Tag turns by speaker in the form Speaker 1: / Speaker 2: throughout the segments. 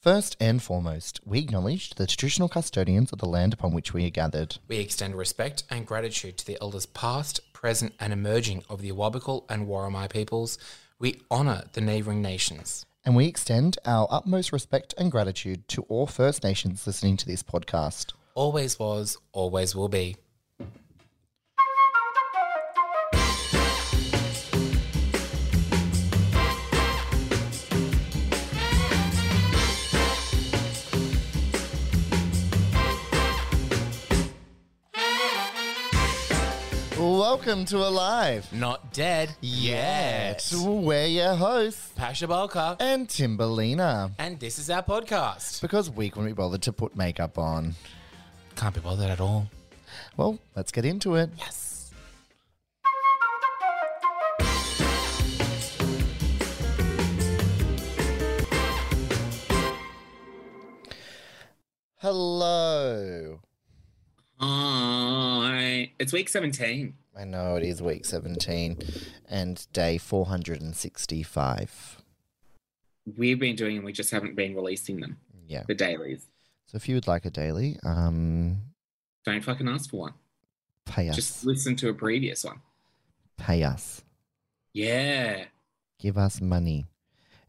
Speaker 1: First and foremost, we acknowledge the traditional custodians of the land upon which we are gathered.
Speaker 2: We extend respect and gratitude to the elders past, present, and emerging of the Awabakal and Warramai peoples. We honour the neighbouring nations.
Speaker 1: And we extend our utmost respect and gratitude to all First Nations listening to this podcast.
Speaker 2: Always was, always will be.
Speaker 1: Welcome to Alive
Speaker 2: Not dead yet.
Speaker 1: We're your hosts
Speaker 2: Pasha Balka,
Speaker 1: and Timberlina
Speaker 2: and this is our podcast.
Speaker 1: because we couldn't be bothered to put makeup on.
Speaker 2: Can't be bothered at all.
Speaker 1: Well, let's get into it.
Speaker 2: Yes.
Speaker 1: Hello.
Speaker 2: Hi. It's week 17.
Speaker 1: I know it is week 17 and day 465.
Speaker 3: we've been doing and we just haven't been releasing them,
Speaker 1: Yeah.
Speaker 3: the dailies.
Speaker 1: So if you would like a daily, um,
Speaker 3: Don't fucking ask for one.
Speaker 1: pay us.
Speaker 3: Just listen to a previous one.
Speaker 1: pay us.
Speaker 3: Yeah.
Speaker 1: Give us money.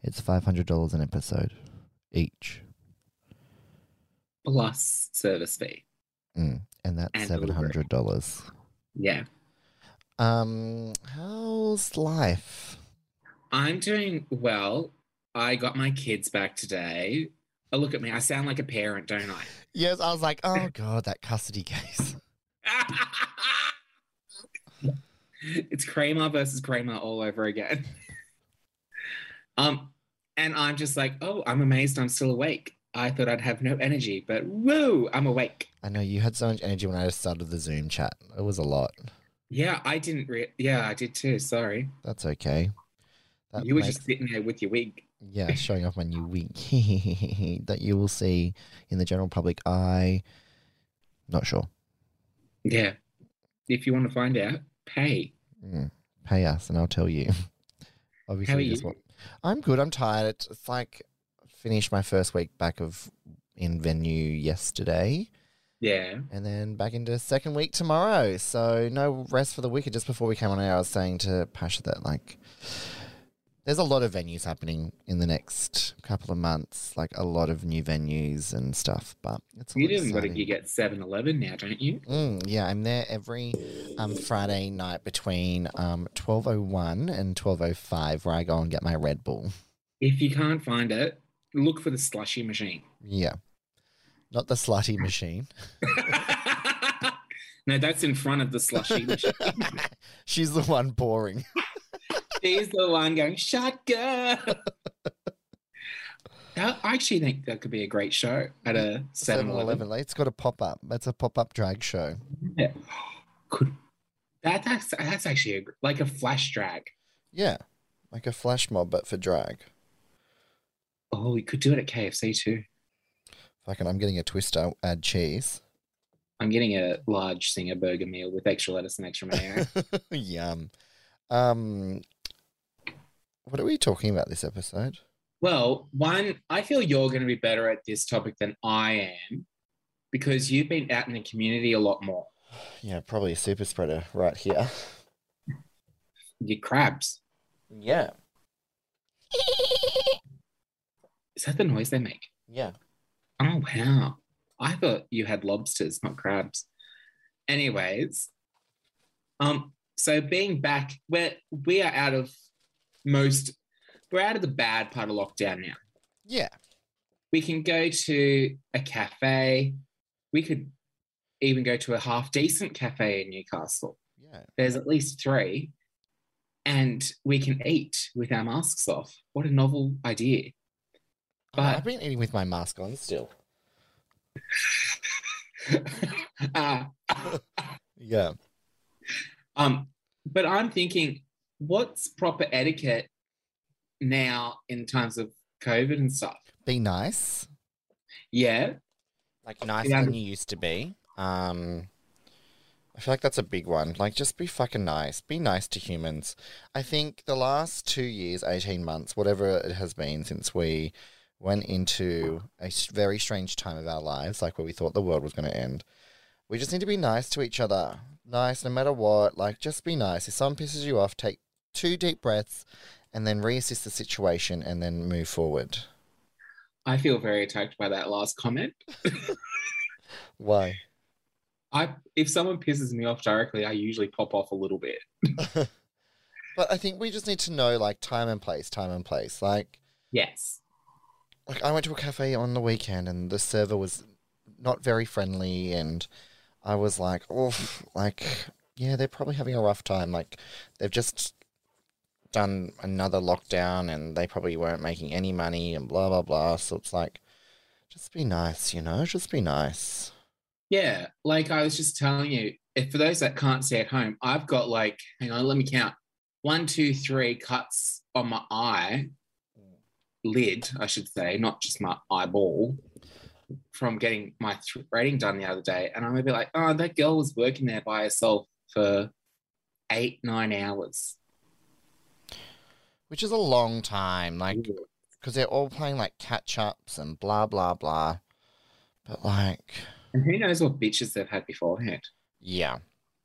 Speaker 1: It's $500 an episode each.
Speaker 3: Plus service fee.
Speaker 1: Mm. And that's
Speaker 3: And delivery.
Speaker 1: $700.
Speaker 3: Yeah.
Speaker 1: Um, how's life?
Speaker 3: I'm doing well. I got my kids back today. Oh, look at me. I sound like a parent, don't
Speaker 1: Yes, I was like, oh God, that custody case.
Speaker 3: I? it's Kramer versus Kramer all over again. um, and I'm just like, oh, I'm amazed I'm still awake. I thought I'd have no energy, but woo, I'm awake.
Speaker 1: I know you had so much energy when I started the Zoom chat. It was a lot.
Speaker 3: Yeah, I didn't. Re- yeah, I did too. Sorry,
Speaker 1: That's okay. That
Speaker 3: you were
Speaker 1: makes-
Speaker 3: just sitting there with your wig.
Speaker 1: yeah, showing off my new wig that you will see in the general public eye. Not sure.
Speaker 3: Yeah. If you want to find out, pay.
Speaker 1: Mm. Pay us, and I'll tell you. Obviously,
Speaker 3: How are
Speaker 1: we just
Speaker 3: you?
Speaker 1: want- I'm good. I'm tired. It's, it's like finished my first week back of in venue yesterday,
Speaker 3: Yeah.
Speaker 1: and then back into second week tomorrow. So no rest for the wicked. Just before we came on air, I was saying to Pasha that like. There's a lot of venues happening in the next couple of months, like a lot of new venues and stuff. But it's all
Speaker 3: You didn't got a
Speaker 1: exciting.
Speaker 3: gig at 7 Eleven now, don't you?
Speaker 1: Mm, yeah, I'm there every um, Friday night between um, 12.01 and 12.05 where I go and get my Red Bull.
Speaker 3: If you can't find it, look for the slushy machine.
Speaker 1: Yeah. Not the slutty machine.
Speaker 3: no, that's in front of the slushy machine.
Speaker 1: She's the one pouring.
Speaker 3: She's the one going, shotgun. That, I actually think that could be a great show at a 7 Eleven.
Speaker 1: 7-Eleven. It's got a pop-up. That's a pop-up drag show.
Speaker 3: Yeah. Could, that, that's, that's actually a, like a flash drag.
Speaker 1: Yeah. Like a flash mob, but for drag.
Speaker 3: Oh, you could do it at KFC too.
Speaker 1: Fucking, I'm getting a twister. Add cheese.
Speaker 3: I'm getting a large singer burger meal with extra lettuce and extra mayo.
Speaker 1: Yum. Um, what are we talking about this episode?
Speaker 3: well, one, I feel you're going to be better at this topic than I am because you've been out in the community a lot more.
Speaker 1: Yeah, probably a super spreader right here.
Speaker 3: Your crabs.
Speaker 1: Yeah.
Speaker 3: Is that the noise they make?
Speaker 1: Yeah.
Speaker 3: Oh, wow. I thought you had lobsters, not crabs. Anyways, um, so being back, we're, we are out of most, we're out of the bad part of lockdown now.
Speaker 1: Yeah.
Speaker 3: we can go to a cafe. We could even go to a half decent cafe in Newcastle.
Speaker 1: Yeah.
Speaker 3: There's at least three, and we can eat with our masks off. What a novel idea!
Speaker 1: Oh,
Speaker 3: But-
Speaker 1: I've been eating with my mask on still.
Speaker 3: uh,
Speaker 1: Yeah.
Speaker 3: um, but I'm thinking, what's proper etiquette now in times of COVID and stuff?
Speaker 1: Be nice.
Speaker 3: Yeah,
Speaker 1: Like nicer
Speaker 3: Yeah.
Speaker 1: than you used to be. Um I feel like that's a big one. Like just be fucking nice. Be nice to humans. I think the last two years, eighteen months, whatever it has been since we went into a s- very strange time of our lives, like where we thought the world was going to end. We just need to be nice to each other. Nice, no matter what. Like, just be nice. If someone pisses you off, take two deep breaths and then reassess the situation and then move forward.
Speaker 3: I feel very attacked by that last comment.
Speaker 1: Why?
Speaker 3: I if someone pisses me off directly, I usually pop off a little bit.
Speaker 1: But I think we just need to know, like, time and place, time and place. Like,
Speaker 3: Yes.
Speaker 1: like I went to a cafe on the weekend and the server was not very friendly and I was like, oh, like yeah, they're probably having a rough time. Like they've just done another lockdown and they probably weren't making any money and blah blah blah. So it's like, just be nice, you know, just be nice.
Speaker 3: Yeah. Like I was just telling you, if for those that can't see at home, I've got like, hang on, let me count. One, two, three cuts on my eye lid, I should say, not just my eyeball, from getting my th- rating done the other day. And I'm gonna be like, oh, that girl was working there by herself for eight, nine hours.
Speaker 1: Which is a long time, like
Speaker 3: Ooh.
Speaker 1: because they're all playing like catch ups and blah blah blah. But like,
Speaker 3: And who knows what bitches they've had beforehand.
Speaker 1: Yeah.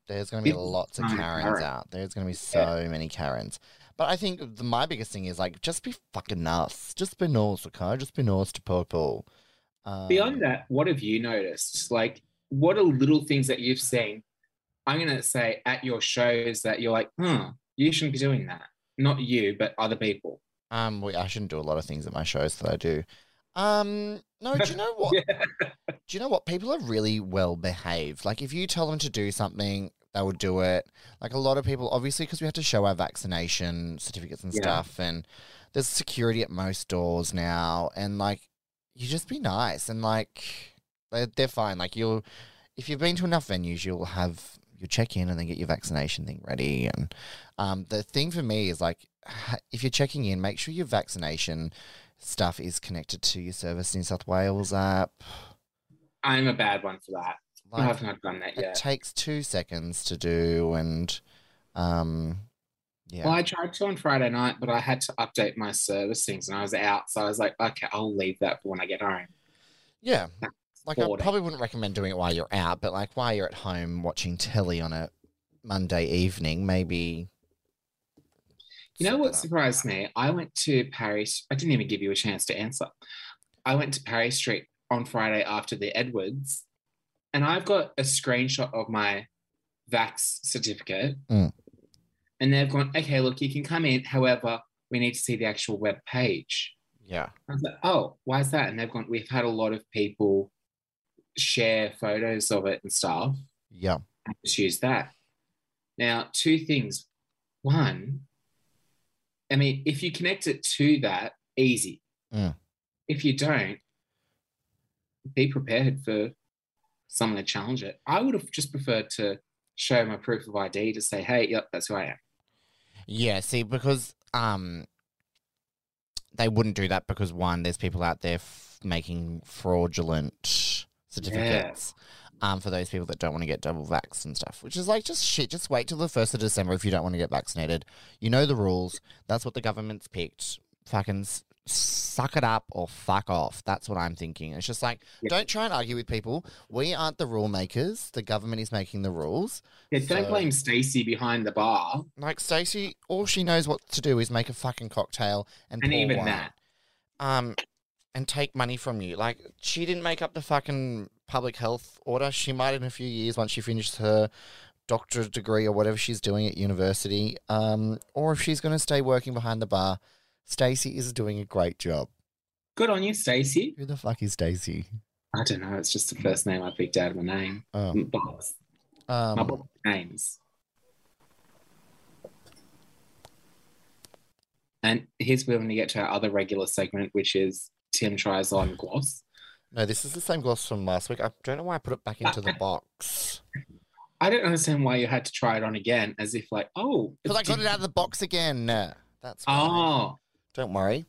Speaker 1: There's going to be
Speaker 3: People
Speaker 1: lots of
Speaker 3: aren't
Speaker 1: Karens
Speaker 3: Karen.
Speaker 1: out. There's going to be so many Karens. But I think the, my biggest thing is like, just be fucking nice. Just be nice, okay? Just be nice to people. Um,
Speaker 3: Beyond that, what have you noticed? Like, what are little things that you've seen? I'm going to say at your shows that you're like, huh, you shouldn't be doing that. Not you, but other people.
Speaker 1: Um, we, I shouldn't do a lot of things at my shows that I do. Um, no, do you know what? Do you know what? People are really well behaved. Like, if you tell them to do something, they will do it. Like, a lot of people, obviously, because we have to show our vaccination certificates and
Speaker 3: Yeah.
Speaker 1: stuff, and there's security at most doors now. And, like, you just be nice. And, like, they're, they're fine. Like, you'll, if you've been to enough venues, you'll have your check in and then get your vaccination thing ready. And um, the thing for me is like, ha- if you're checking in, make sure your vaccination stuff is connected to your Service New South Wales app.
Speaker 3: I'm a bad one for that. I
Speaker 1: Like,
Speaker 3: have not done that
Speaker 1: it
Speaker 3: yet.
Speaker 1: takes two seconds to do, and um, yeah,
Speaker 3: Well, I tried to on Friday night, but I had to update my service things and I was out. So I was like, okay, I'll leave that for when I get home.
Speaker 1: yeah. Like, I
Speaker 3: bored.
Speaker 1: probably wouldn't recommend doing it while you're out, but like while you're at home watching telly on a Monday evening, maybe.
Speaker 3: You know
Speaker 1: set
Speaker 3: what
Speaker 1: that up.
Speaker 3: surprised me? I went to Paris. I didn't even give you a chance to answer. I went to Paris Street on Friday after the Edwards, and I've got a screenshot of my Vax certificate.
Speaker 1: Mm.
Speaker 3: And they've gone, okay, look, you can come in. However, we need to see the actual web page.
Speaker 1: Yeah.
Speaker 3: I was like, oh, why is that? And they've gone, we've had a lot of people share photos of it and stuff
Speaker 1: Yeah.
Speaker 3: just use that. Now, two things. One, I mean, if you connect it to that, easy.
Speaker 1: Mm.
Speaker 3: If you don't, be prepared for someone to challenge it. I would have just preferred to show my proof of ID to say, hey, yep, that's who I am.
Speaker 1: Yeah, see, because um, they wouldn't do that because one, there's people out there f- making fraudulent certificates. Um, for those people that don't want to get double vaxxed and stuff, which is like just shit. Just wait till the first of December if you don't want to get vaccinated. You know the rules. That's what the government's picked. Fucking s- suck it up or fuck off. That's what I'm thinking. It's just like
Speaker 3: Yeah.
Speaker 1: don't try and argue with people. We aren't the rule makers. The government is making the rules.
Speaker 3: Yeah, don't
Speaker 1: So-
Speaker 3: blame Stacey behind the bar.
Speaker 1: Like Stacey, all she knows what to do is make a fucking cocktail and,
Speaker 3: And
Speaker 1: pour
Speaker 3: even
Speaker 1: wine.
Speaker 3: that.
Speaker 1: um, and take money from you. Like she didn't make up the fucking public health order. She might in a few years once she finishes her doctorate degree or whatever she's doing at university. Um, or if she's going to stay working behind the bar, Stacey is doing a great job.
Speaker 3: Good on you, Stacey.
Speaker 1: Who the fuck is Stacey?
Speaker 3: I don't know. It's just the first name I picked out of my name.
Speaker 1: Oh,
Speaker 3: My box. My
Speaker 1: um,
Speaker 3: box names. And here's where we're going to get to our other regular segment, which is Tim tries on gloss.
Speaker 1: no, this is the same gloss from last week. I don't know why I put it back into the box.
Speaker 3: I don't understand why you had to try it on again, as if like, oh,
Speaker 1: Because I got it out of the box again. That's why.
Speaker 3: Oh,
Speaker 1: Don't worry.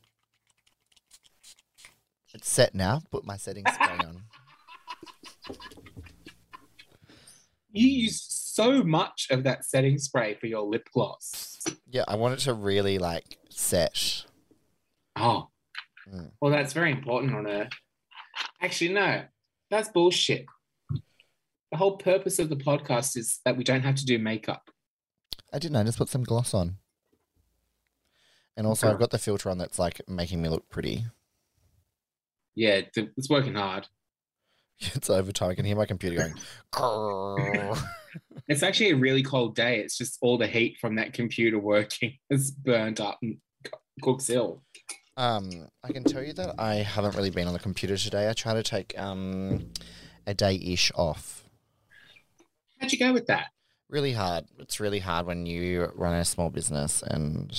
Speaker 1: It's set now. Put my settings spray on.
Speaker 3: you use so much of that setting spray for your lip gloss.
Speaker 1: Yeah, I want it to really like set.
Speaker 3: Oh,
Speaker 1: Mm.
Speaker 3: Well, that's very important on Earth. Actually, no, that's bullshit. The whole purpose of the podcast is that we don't have to do makeup.
Speaker 1: I didn't. I just put some gloss on. And also, I've
Speaker 3: Okay.
Speaker 1: got the filter on that's like making me look pretty.
Speaker 3: Yeah, th- it's working hard.
Speaker 1: It's overtime. I can hear my computer going. "Grrr."
Speaker 3: It's actually a really cold day. It's just all the heat from that computer working is burnt up and co- cooks ill.
Speaker 1: um, I can tell you that I haven't really been on the computer today. I try to take um, a day ish off.
Speaker 3: How'd you go with that?
Speaker 1: Really hard. It's really hard when you run a small business and.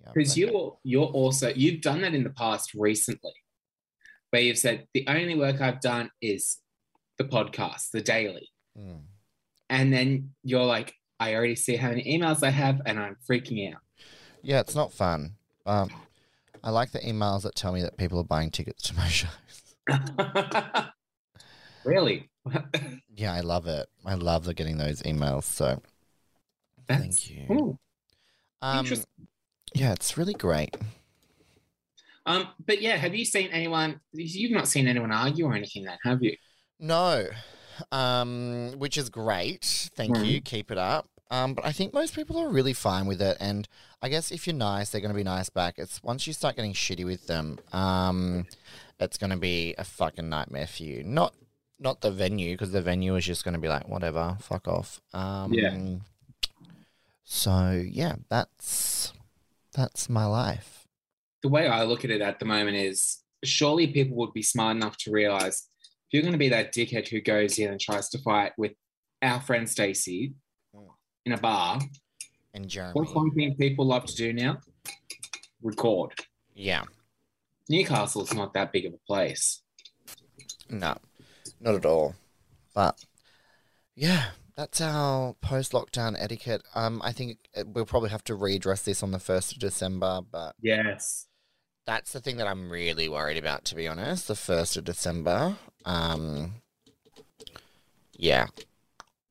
Speaker 1: yeah,
Speaker 3: Because
Speaker 1: like-
Speaker 3: you're you're also you've done that in the past recently, where you've said the only work I've done is the podcast, the daily,
Speaker 1: Mm.
Speaker 3: and then you're like, I already see how many emails I have, and I'm freaking out.
Speaker 1: Yeah, it's not fun. Um, I like the emails that tell me that people are buying tickets to my show.
Speaker 3: really?
Speaker 1: Yeah, I love it. I love the getting those emails. So
Speaker 3: That's
Speaker 1: thank you.
Speaker 3: cool.
Speaker 1: Um,
Speaker 3: Interesting.
Speaker 1: yeah, it's really great.
Speaker 3: Um, but yeah, have you seen anyone? You've not seen anyone argue or anything, then, have you?
Speaker 1: No, um, which is great. Thank you. Keep it up. Um, but I think most people are really fine with it. And I guess if you're nice, they're going to be nice back. It's once you start getting shitty with them, um, it's going to be a fucking nightmare for you. Not not the venue because the venue is just going to be like whatever, fuck off. Um,
Speaker 3: Yeah.
Speaker 1: So yeah, that's that's my life.
Speaker 3: The way I look at it at the moment is surely people would be smart enough to realize if you're going to be that dickhead who goes in and tries to fight with our friend Stacey in a bar,
Speaker 1: And Jeremy.
Speaker 3: what's one thing people love to do now? Record.
Speaker 1: Yeah.
Speaker 3: Newcastle's not that big of a place.
Speaker 1: No, not at all. But yeah, that's our post lockdown etiquette. Um, I think it- we'll probably have to readdress this on the 1st of December, but
Speaker 3: Yes.
Speaker 1: that's the thing that I'm really worried about, to be honest. The 1st of December. Um, yeah.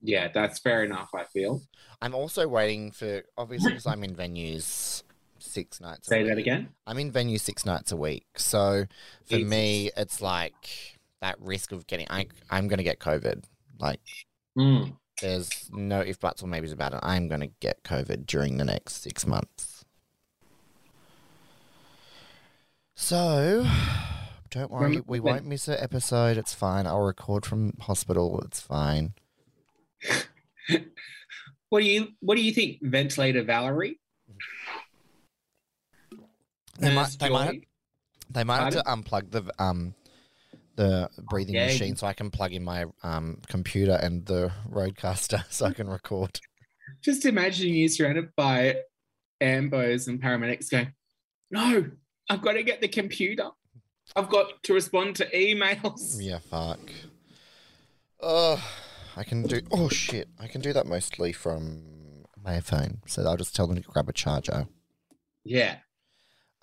Speaker 3: Yeah, that's fair enough, I feel.
Speaker 1: I'm also waiting for, obviously, because I'm in venues six nights a
Speaker 3: Say
Speaker 1: week.
Speaker 3: that again.
Speaker 1: I'm in venue six nights a week. So for
Speaker 3: Jesus.
Speaker 1: me, it's like that risk of getting, I, I'm going to get COVID. Like,
Speaker 3: Mm.
Speaker 1: There's no if buts or maybes about it. I'm going to get COVID during the next six months. So, don't worry,
Speaker 3: Rem-
Speaker 1: we
Speaker 3: when-
Speaker 1: won't miss an episode. It's fine. I'll record from hospital. It's fine.
Speaker 3: What do you What do you think, ventilator Valerie?
Speaker 1: They might,
Speaker 3: Nurse
Speaker 1: they might,
Speaker 3: Joy?
Speaker 1: they might have to unplug the um the breathing
Speaker 3: Yeah,
Speaker 1: machine
Speaker 3: you-
Speaker 1: so I can plug in my um computer and the roadcaster so I can record.
Speaker 3: Just imagine you surrounded by ambos and paramedics going, No, I've got to get the computer. I've got to respond to emails.
Speaker 1: Yeah, fuck. Oh, I can do. Oh shit, I can do that mostly from my phone. So I'll just tell them to grab a charger.
Speaker 3: Yeah.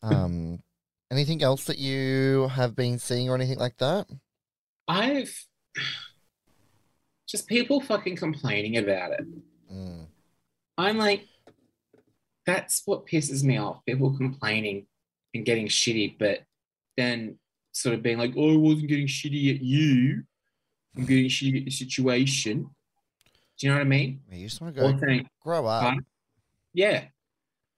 Speaker 3: Hmm.
Speaker 1: Um, anything else that you have been seeing or anything like that?
Speaker 3: I've just people fucking complaining about it.
Speaker 1: Mm.
Speaker 3: I'm like, that's what pisses me off. People complaining and getting shitty, but then sort of being like, oh, I wasn't getting shitty at you. I'm getting shitty at the situation. Do you know what I mean?
Speaker 1: You just want to go
Speaker 3: Or saying,
Speaker 1: grow up.
Speaker 3: Fine. yeah.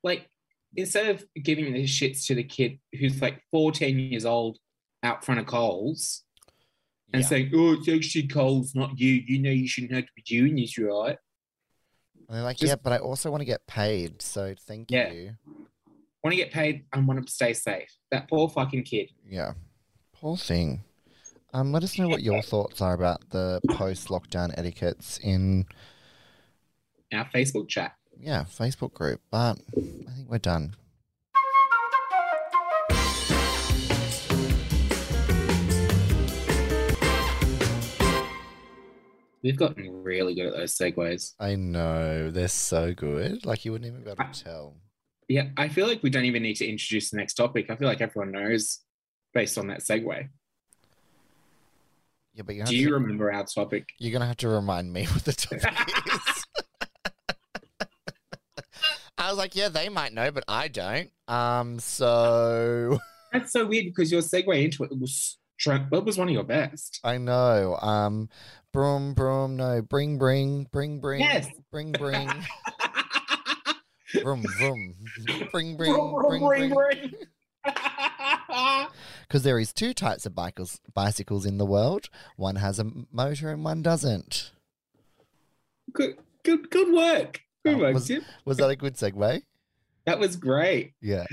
Speaker 3: Like, instead of giving the shits to the kid who's like 14 years old out front of Coles and
Speaker 1: Yeah.
Speaker 3: saying, oh, it's actually Coles, not you. You know you shouldn't have to be doing this, right?
Speaker 1: And they're like,
Speaker 3: just-
Speaker 1: yeah, but I also want to get paid. So thank
Speaker 3: Yeah.
Speaker 1: you.
Speaker 3: Want to get paid and want to stay safe. That poor fucking kid.
Speaker 1: Yeah. Poor thing. Um, let us know what your thoughts are about the post-lockdown etiquettes in
Speaker 3: Our Facebook chat.
Speaker 1: yeah Facebook group. But I think we're done.
Speaker 3: We've gotten really good at those segues.
Speaker 1: I know they're so good. Like you wouldn't even be able
Speaker 3: I-
Speaker 1: to tell.
Speaker 3: Yeah, I feel like we don't even need to introduce the next topic. I feel like everyone knows based on that segue.
Speaker 1: Yeah, but you have
Speaker 3: Do you
Speaker 1: to,
Speaker 3: remember our topic?
Speaker 1: you're gonna have to remind me what the topic is. I was like, yeah, they might know, but I don't. Um, so
Speaker 3: That's so weird because your segue into it was stra- what was one of your best.
Speaker 1: I know. Um, broom, broom, no, bring, bring, bring, bring,
Speaker 3: Yes.
Speaker 1: bring, bring, vroom, vroom, bring, bring,
Speaker 3: Vroom,
Speaker 1: bring,
Speaker 3: vroom,
Speaker 1: bring.
Speaker 3: vroom, vroom.
Speaker 1: Because there is two types of bicycles, bicycles in the world. One has a motor and one doesn't.
Speaker 3: good, good, good work. Good
Speaker 1: That
Speaker 3: work,
Speaker 1: was-
Speaker 3: Tim.
Speaker 1: Was that a good segue?
Speaker 3: That was great.
Speaker 1: Yeah.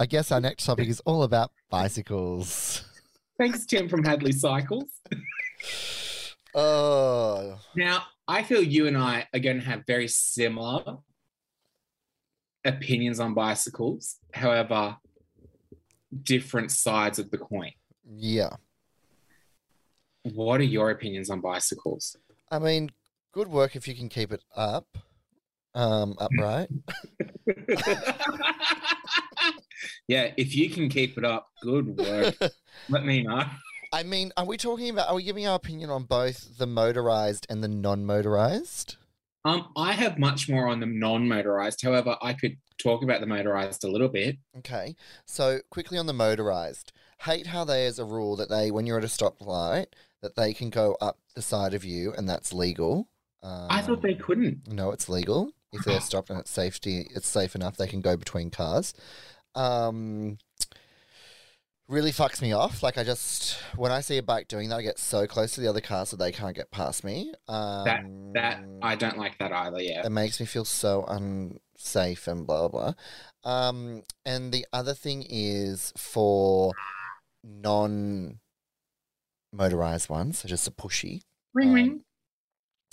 Speaker 1: I guess our next topic is all about bicycles.
Speaker 3: Thanks, Tim from Hadley Cycles.
Speaker 1: Oh,
Speaker 3: Now, I feel you and I are going to have very similar opinions on bicycles. However, different sides of the coin.
Speaker 1: yeah.
Speaker 3: What are your opinions on bicycles?
Speaker 1: I mean, good work if you can keep it up, um, upright.
Speaker 3: yeah, if you can keep it up, good work. Let me know.
Speaker 1: I mean, are we talking about? Are we giving our opinion on both the motorized and the non-motorized?
Speaker 3: Um, I have much more on the non-motorized. However, I could talk about the motorized a little bit.
Speaker 1: Okay, so quickly on the motorized. Hate how there's a rule that they, when you're at a stoplight, that they can go up the side of you, and that's legal. Um,
Speaker 3: I thought they couldn't.
Speaker 1: No, it's legal. If
Speaker 3: Uh-huh.
Speaker 1: they're stopped and it's safety, it's safe enough. They can go between cars. Um, really fucks me off. Like I just when I see a bike doing that, I get so close to the other car so they can't get past me. Um,
Speaker 3: That I don't like that either. Yeah.
Speaker 1: It makes me feel so unsafe and blah blah. blah. Um, and the other thing is for non motorized ones, so just a pushy.
Speaker 3: Ring
Speaker 1: um,
Speaker 3: ring.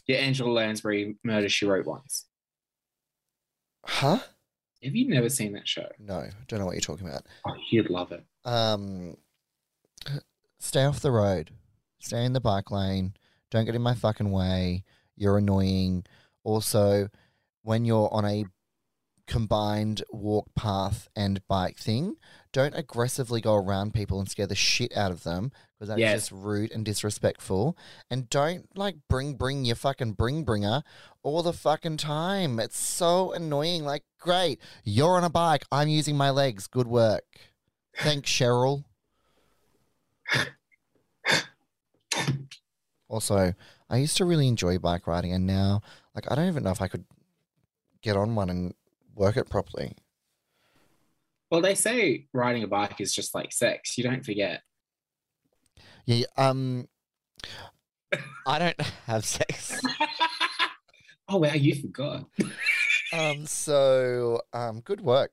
Speaker 3: Yeah, Angela Lansbury murder she wrote once.
Speaker 1: Huh?
Speaker 3: Have you never seen that show?
Speaker 1: No, don't know what you're talking about.
Speaker 3: Oh, you'd love it.
Speaker 1: um, stay off the road, stay in the bike lane, don't get in my fucking way. You're annoying. Also, when you're on a combined walk path and bike thing, don't aggressively go around people and scare the shit out of them because that's
Speaker 3: Yes.
Speaker 1: just rude and disrespectful. And don't like bring bring your fucking bring bringer all the fucking time. It's so annoying. Like, great, you're on a bike. I'm using my legs. Good work. Thanks, Cheryl. also, I used to really enjoy bike riding, and now, like, I don't even know if I could get on one and work it properly.
Speaker 3: Well, they say riding a bike is just like sex. You don't forget.
Speaker 1: Yeah. Um, I don't have sex.
Speaker 3: oh wow, you forgot.
Speaker 1: Um, so, um, good work.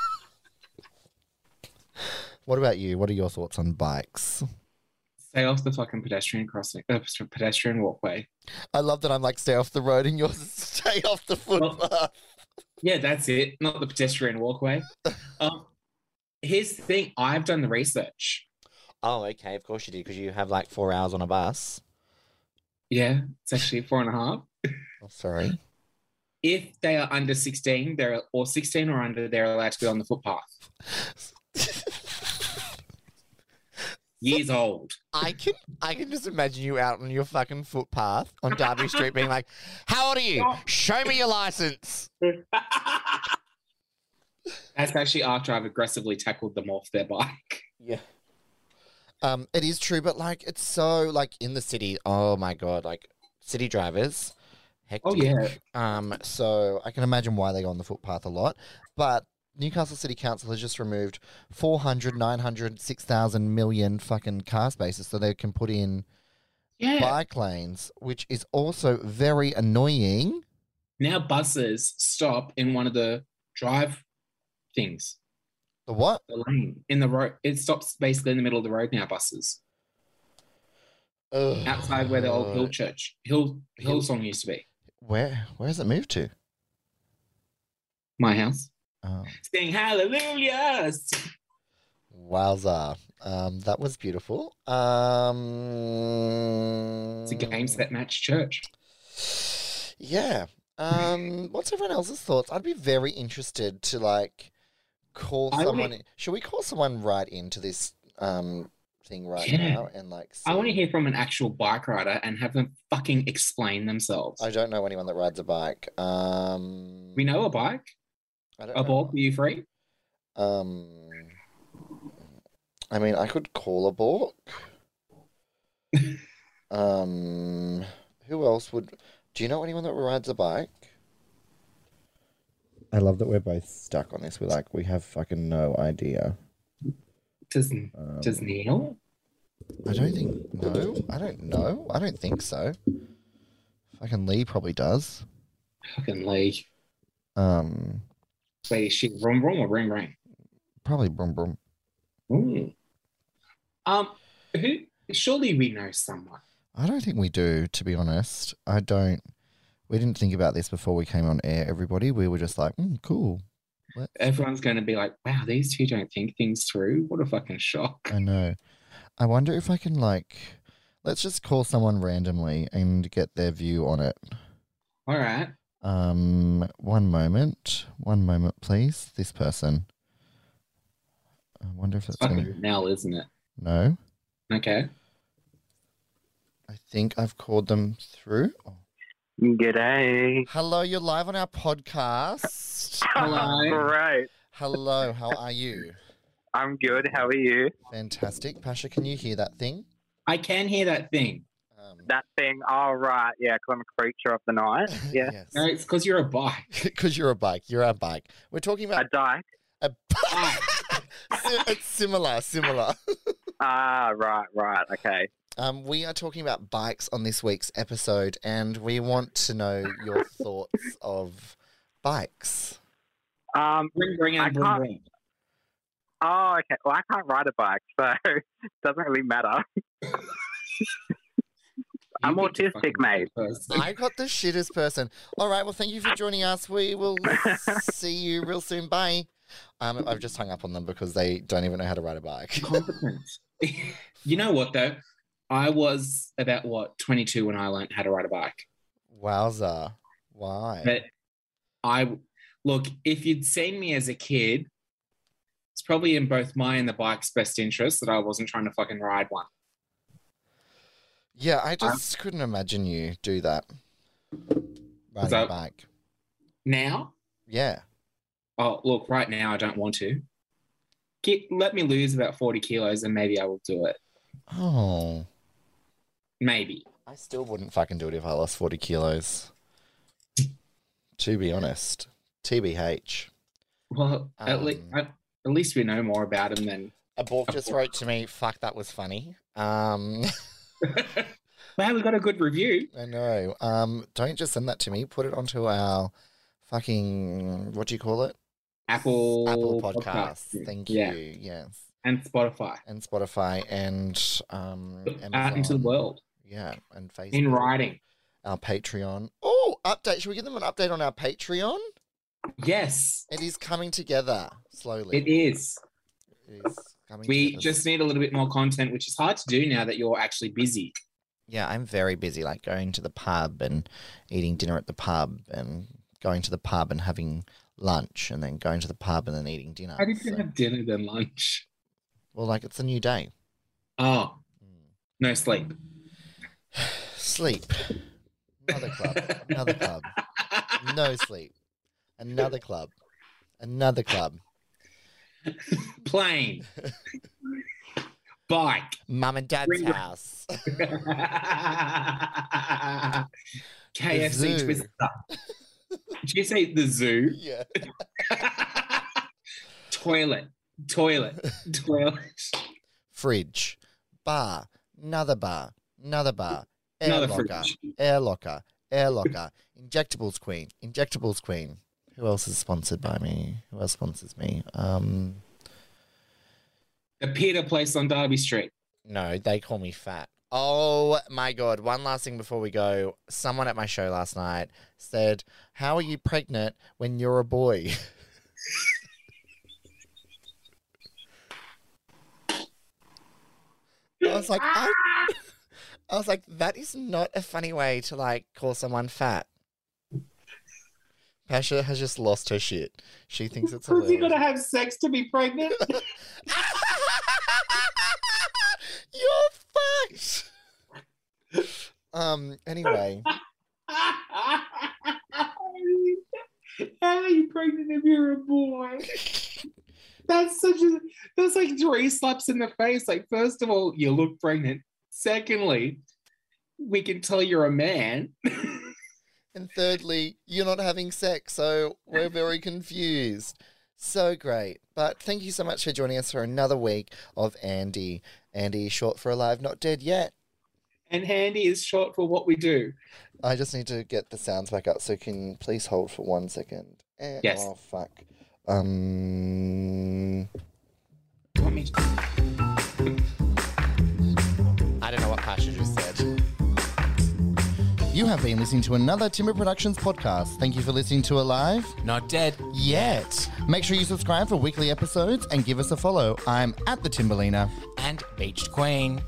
Speaker 1: what about you? What are your thoughts on bikes?
Speaker 3: Stay off the fucking pedestrian crossing, uh, pedestrian walkway.
Speaker 1: I love that I'm like stay off the road and yours is stay off the footpath.
Speaker 3: Yeah, that's it. Not the pedestrian walkway. um, here's the thing. I've done the research.
Speaker 1: Oh, okay. Of course you do because you have like four hours on a bus.
Speaker 3: Yeah, it's actually four and a half.
Speaker 1: Oh, sorry.
Speaker 3: If they are under 16, they're or 16 or under, they're allowed to be on the footpath. Years old.
Speaker 1: I can I can just imagine you out on your fucking footpath on Derby Street being like, "How old are you? Show me your license."
Speaker 3: That's actually after I've aggressively tackled them off their bike.
Speaker 1: Yeah. Um, it is true, but like it's so like in the city. Oh my god, like city drivers. Hectic.
Speaker 3: Oh yeah.
Speaker 1: Um, so I can imagine why they go on the footpath a lot. But Newcastle City Council has just removed 400, 900, 6,000 million fucking car spaces so they can put in
Speaker 3: Yeah.
Speaker 1: bike lanes, which is also very annoying.
Speaker 3: now buses stop in one of the drive things,
Speaker 1: The what?
Speaker 3: the lane in the road. It stops basically in the middle of the road now. Buses
Speaker 1: Ugh.
Speaker 3: outside where the old
Speaker 1: Uh.
Speaker 3: Hill Church, Hill Hillsong used to be.
Speaker 1: Where where has it moved to?
Speaker 3: My house.
Speaker 1: Oh,
Speaker 3: Sing hallelujahs.
Speaker 1: wowza. Um, that was beautiful. Um,
Speaker 3: It's a game set match church.
Speaker 1: Yeah. Um, what's everyone else's thoughts? I'd be very interested to like call
Speaker 3: I
Speaker 1: someone.
Speaker 3: wanna-
Speaker 1: in- Should we call someone right into this um thing right
Speaker 3: Yeah.
Speaker 1: now and like?
Speaker 3: I want to
Speaker 1: see-
Speaker 3: hear from an actual bike rider and have them fucking explain themselves.
Speaker 1: I don't know anyone that rides a bike. Um,
Speaker 3: we know a bike.
Speaker 1: I don't
Speaker 3: A
Speaker 1: know.
Speaker 3: ball for you free.
Speaker 1: Um, I mean, I could call a Bork. um, who else would? Do you know anyone that rides a bike? I love that we're both stuck on this. We're like, we have fucking no idea.
Speaker 3: Does
Speaker 1: Um,
Speaker 3: does Neil?
Speaker 1: I don't think. No, I don't know. I don't think so. Fucking Lee probably does.
Speaker 3: Fucking Lee.
Speaker 1: Um,
Speaker 3: Wait, is she room room or ring ring?
Speaker 1: probably Brum Brum.
Speaker 3: Ooh. Um, who? Surely we know someone.
Speaker 1: I don't think we do, to be honest. I don't. We didn't think about this before we came on air, everybody. We were just like, mm, cool. Let's-
Speaker 3: Everyone's going to be like, "Wow, these two don't think things through. What a fucking shock!"
Speaker 1: I know. I wonder if I can, like, let's just call someone randomly and get their view on it.
Speaker 3: All right.
Speaker 1: Um, one moment. One moment, please. This person. I wonder if it's gonna.
Speaker 3: Fucking Nell, isn't it?
Speaker 1: No.
Speaker 3: Okay.
Speaker 1: I think I've called them through. Oh.
Speaker 4: G'day.
Speaker 1: Hello, you're live on our podcast.
Speaker 3: Hello.
Speaker 4: Great.
Speaker 1: Hello, how are you?
Speaker 4: I'm good. How are you?
Speaker 1: Fantastic. Pasha, can you hear that thing?
Speaker 3: I can hear that thing.
Speaker 1: Um,
Speaker 4: That thing. Oh, right. Yeah, 'cause I'm a creature of the night. Yeah.
Speaker 3: No, it's because you're a bike.
Speaker 1: Because you're a bike. You're a bike. We're talking
Speaker 4: A
Speaker 1: about
Speaker 4: dyke.
Speaker 1: a Si- it's similar, similar.
Speaker 4: Ah, right, right. Okay.
Speaker 1: Um, we are talking about bikes on this week's episode, and we want to know your thoughts of bikes.
Speaker 4: Um.
Speaker 3: Ring ring
Speaker 4: I
Speaker 3: and ring
Speaker 4: can't-
Speaker 3: ring.
Speaker 4: Oh, okay. Well, I can't ride a bike, so it doesn't really matter. I'm
Speaker 3: You picked a
Speaker 4: autistic,
Speaker 3: fucking
Speaker 4: mate.
Speaker 3: person.
Speaker 1: I got the shittest person. All right, well, thank you for joining us. We will see you real soon. Bye. Um, I've just hung up on them because they don't even know how to ride a bike.
Speaker 3: Competent. you know what though? I was about what 22 when I learned how to ride a bike.
Speaker 1: Wowza. Why?
Speaker 3: But I look, if you'd seen me as a kid, it's probably in both my and the bike's best interest that I wasn't trying to fucking ride one.
Speaker 1: Yeah, I just couldn't imagine you do that. Riding a
Speaker 3: that-
Speaker 1: bike.
Speaker 3: Now,
Speaker 1: Yeah.
Speaker 3: oh look, right now I don't want to. Get, let me lose about 40 kilos and maybe I will do it.
Speaker 1: Oh.
Speaker 3: Maybe.
Speaker 1: I still wouldn't fucking do it if I lost 40 kilos. to be honest. TBH.
Speaker 3: Well, at least
Speaker 1: Um,
Speaker 3: at at least we know more about him than
Speaker 1: A Bork just
Speaker 3: Abork.
Speaker 1: wrote to me, fuck, that was funny. Um,
Speaker 3: Wow, we got a good review.
Speaker 1: I know. Um, don't just send that to me. Put it onto our fucking, what do you call it?
Speaker 3: Apple
Speaker 1: Apple Podcasts.
Speaker 3: Podcasts.
Speaker 1: Thank
Speaker 3: Yeah.
Speaker 1: you. Yes.
Speaker 3: And Spotify.
Speaker 1: And Spotify and um, Amazon.
Speaker 3: Out into the world.
Speaker 1: Yeah. And Facebook.
Speaker 3: In writing.
Speaker 1: Our Patreon. Oh, update. Should we give them an update on our Patreon?
Speaker 3: Yes,
Speaker 1: It is coming together slowly.
Speaker 3: it is.
Speaker 1: It is coming
Speaker 3: We
Speaker 1: together
Speaker 3: just need a little bit more content, which is hard to do now that you're actually busy.
Speaker 1: Yeah, I'm very busy, like going to the pub and eating dinner at the pub and going to the pub and having lunch and then going to the pub and then eating dinner.
Speaker 3: I didn't
Speaker 1: Oh, So-
Speaker 3: have dinner then lunch.
Speaker 1: well, like it's a new day.
Speaker 3: Oh, no sleep.
Speaker 1: Sleep. Another club. Another club. No sleep. Another club. Another club.
Speaker 3: Plane. Bike.
Speaker 1: Mum and dad's
Speaker 3: Ring-
Speaker 1: house.
Speaker 3: KFC
Speaker 1: zoo.
Speaker 3: Twister. Did you say the zoo?
Speaker 1: yeah.
Speaker 3: toilet, toilet, toilet.
Speaker 1: Fridge. Bar. Another bar. Another bar. Air
Speaker 3: Another
Speaker 1: locker.
Speaker 3: fridge.
Speaker 1: Air locker. Air locker. Injectables Queen. Injectables Queen. Who else is sponsored by me? Who else sponsors me? Um,
Speaker 3: The pita place on Derby Street.
Speaker 1: no, they call me fat. Oh my god! One last thing before we go. Someone at my show last night said, "How are you pregnant when you're a boy?" I was like, I,
Speaker 3: Ah!
Speaker 1: I was like, that is not a funny way to like call someone fat. Pasha has just lost her shit. She thinks it's
Speaker 3: Who's he
Speaker 1: hilarious.
Speaker 3: gonna have sex to be pregnant?
Speaker 1: You're fucked. Um. Anyway,
Speaker 3: How are you pregnant if you're a boy? That's such a that's like three slaps in the face. Like, first of all, you look pregnant. Secondly, we can tell you're a man.
Speaker 1: And thirdly, you're not having sex, so we're very confused. So great. But thank you so much for joining us for another week of Andy. Andy, short for alive, not dead yet.
Speaker 3: and handy is short for what we do.
Speaker 1: I just need to get the sounds back up, so can please hold for one second. Eh,
Speaker 3: Yes.
Speaker 1: Oh, fuck. Um,
Speaker 3: Want me to-
Speaker 1: I don't know what Pasha just said. You have been listening to another Timber Productions podcast. Thank you for listening to Alive.
Speaker 2: Not dead.
Speaker 1: yet. Make sure you subscribe for weekly episodes and give us a follow. I'm at the Timberlina.
Speaker 2: And Beached Queen.